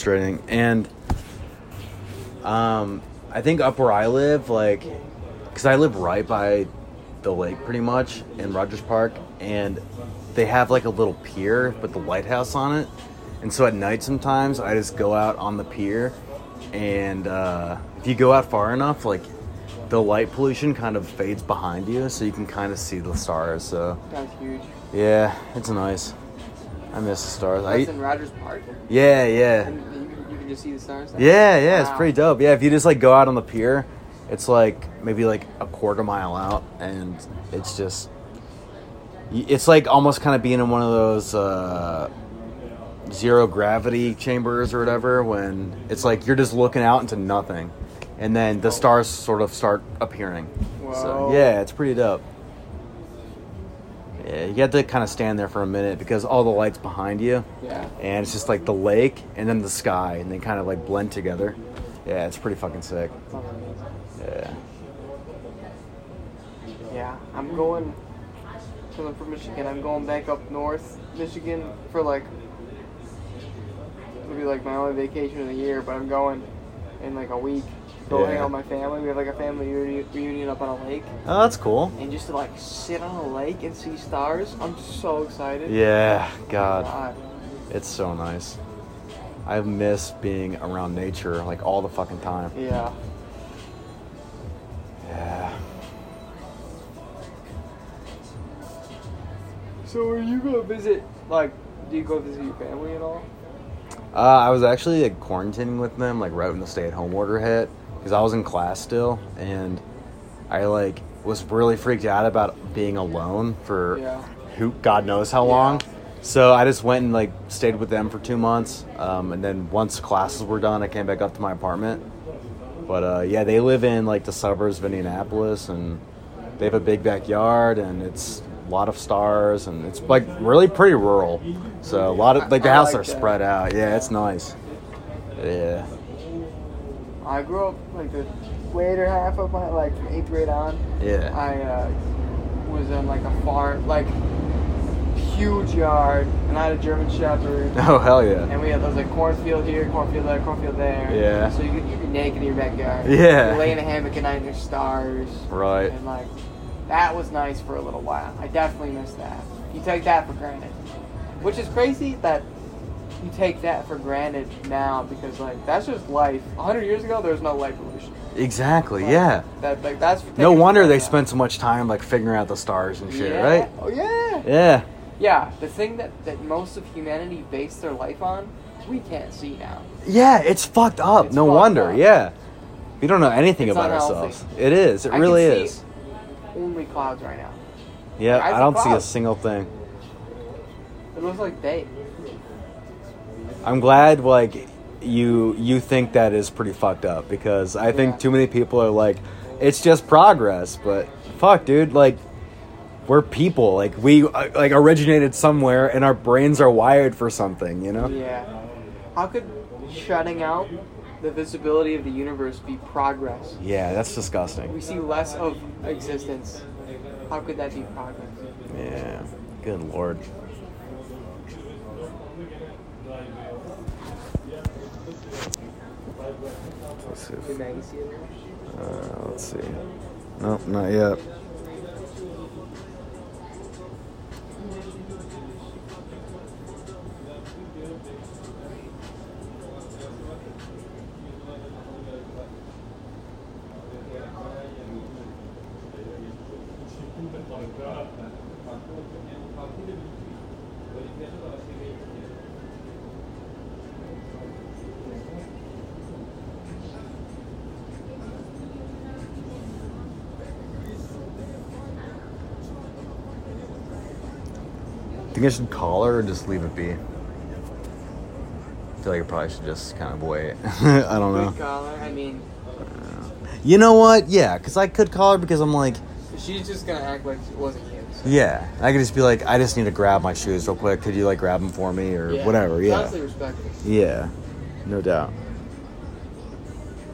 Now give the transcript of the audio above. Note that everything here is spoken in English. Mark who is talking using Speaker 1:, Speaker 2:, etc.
Speaker 1: frustrating. And um, I think up where I live, like, because I live right by the lake pretty much in Rogers Park, and they have like a little pier with the lighthouse on it. And so at night, sometimes I just go out on the pier, and uh, if you go out far enough, like the light pollution kind of fades behind you, so you can kind of see the stars. So
Speaker 2: That's huge.
Speaker 1: yeah, it's nice. I miss the stars. I, e,
Speaker 2: That's in Rogers Park.
Speaker 1: yeah, yeah.
Speaker 2: And you can, you can just see the stars. there?
Speaker 1: Yeah, yeah, it's
Speaker 2: Wow.
Speaker 1: pretty dope. Yeah, if you just like go out on the pier, it's like maybe like a quarter mile out, and it's just y- it's like almost kind of being in one of those uh, zero gravity chambers or whatever. When it's like you're just looking out into nothing, and then the stars sort of start appearing. So
Speaker 2: Whoa.
Speaker 1: yeah, it's pretty dope. Yeah, you have to kind of stand there for a minute because all the lights behind you
Speaker 2: Yeah.
Speaker 1: and it's just like the lake and then the sky and they kind of like blend together yeah it's pretty fucking sick
Speaker 2: Sounds amazing.
Speaker 1: yeah
Speaker 2: Yeah, I'm going. Because I'm from Michigan, I'm going back up north, Michigan, for like. It'll be like my only vacation of the year, but I'm going in like a week. to Go hang
Speaker 1: Yeah.
Speaker 2: out with my family. We have like a family reuni- reunion up on a lake,
Speaker 1: oh that's cool
Speaker 2: and just to like sit on a lake and see stars. I'm so excited.
Speaker 1: yeah god
Speaker 2: God.
Speaker 1: it's so nice i miss being around nature like all the fucking time
Speaker 2: Yeah.
Speaker 1: yeah
Speaker 2: So are you gonna visit? Like, do you go visit your family at all?
Speaker 1: uh, i was actually like quarantining with them like right when the stay-at-home order hit because i was in class still and i like was really freaked out about being alone for
Speaker 2: Yeah.
Speaker 1: who God knows how
Speaker 2: Yeah.
Speaker 1: long. So I just went and like stayed with them for two months, um, and then once classes were done, I came back up to my apartment. But uh, yeah, they live in like the suburbs of Indianapolis, and they have a big backyard, and it's a lot of stars, and it's like really pretty rural. So a lot of like the
Speaker 2: I- I
Speaker 1: houses
Speaker 2: like
Speaker 1: are
Speaker 2: that.
Speaker 1: spread out. Yeah, it's nice. Yeah.
Speaker 2: I grew up like the later half of my like from eighth grade on.
Speaker 1: Yeah.
Speaker 2: I uh, was in like a farm, like huge yard, and I had a German Shepherd,
Speaker 1: Oh hell yeah.
Speaker 2: and we had those like cornfield here, cornfield there, cornfield there.
Speaker 1: Yeah.
Speaker 2: So you could you'd be naked in your backyard.
Speaker 1: Yeah.
Speaker 2: You lay in a hammock at night and there's stars.
Speaker 1: Right.
Speaker 2: And like that was nice for a little while. I definitely miss that. You take that for granted, which is crazy that you take that for granted now because like that's just life. A hundred years ago, there was no light pollution.
Speaker 1: Exactly.
Speaker 2: Like,
Speaker 1: Yeah.
Speaker 2: That like that's
Speaker 1: No
Speaker 2: taken for
Speaker 1: wonder they
Speaker 2: granted.
Speaker 1: spent so much time like figuring out the stars and shit,
Speaker 2: Yeah.
Speaker 1: right?
Speaker 2: Oh yeah.
Speaker 1: Yeah.
Speaker 2: Yeah, the thing that, that most of humanity based their life on, we can't see now.
Speaker 1: Yeah, it's fucked up.
Speaker 2: It's
Speaker 1: no
Speaker 2: fucked
Speaker 1: wonder.
Speaker 2: up.
Speaker 1: Yeah. We don't know anything
Speaker 2: It's
Speaker 1: about
Speaker 2: unhealthy.
Speaker 1: ourselves. It is. It
Speaker 2: I can
Speaker 1: really
Speaker 2: see-
Speaker 1: is.
Speaker 2: Only clouds right now.
Speaker 1: Yeah,
Speaker 2: eyes
Speaker 1: I
Speaker 2: are
Speaker 1: don't see a
Speaker 2: clouds.
Speaker 1: single thing.
Speaker 2: It looks like day.
Speaker 1: I'm glad like you you think that is pretty fucked up because I think
Speaker 2: Yeah.
Speaker 1: too many people are like it's just progress, but fuck dude, like we're people. Like we uh, like originated somewhere and our brains are wired for something, you know?
Speaker 2: Yeah. How could shutting out the visibility of the universe be progress?
Speaker 1: Yeah, that's disgusting.
Speaker 2: We see less of existence. How could that be progress?
Speaker 1: Yeah. Good lord. Let's see.
Speaker 2: Did
Speaker 1: If,
Speaker 2: Maggie see it?
Speaker 1: uh, let's see. Nope, not yet. Think I should call her or just leave it be? I feel like I probably should just kind of wait. I don't
Speaker 2: Good
Speaker 1: know.
Speaker 2: collar. I mean,
Speaker 1: You know what? Yeah, because I could call her because I'm like,
Speaker 2: she's just gonna act like it wasn't you. so-
Speaker 1: yeah. I could just be like, I just need to grab my shoes real quick. Could you like grab them for me or
Speaker 2: Yeah.
Speaker 1: whatever?
Speaker 2: It's
Speaker 1: Yeah.
Speaker 2: Honestly, respectful.
Speaker 1: Yeah, no doubt.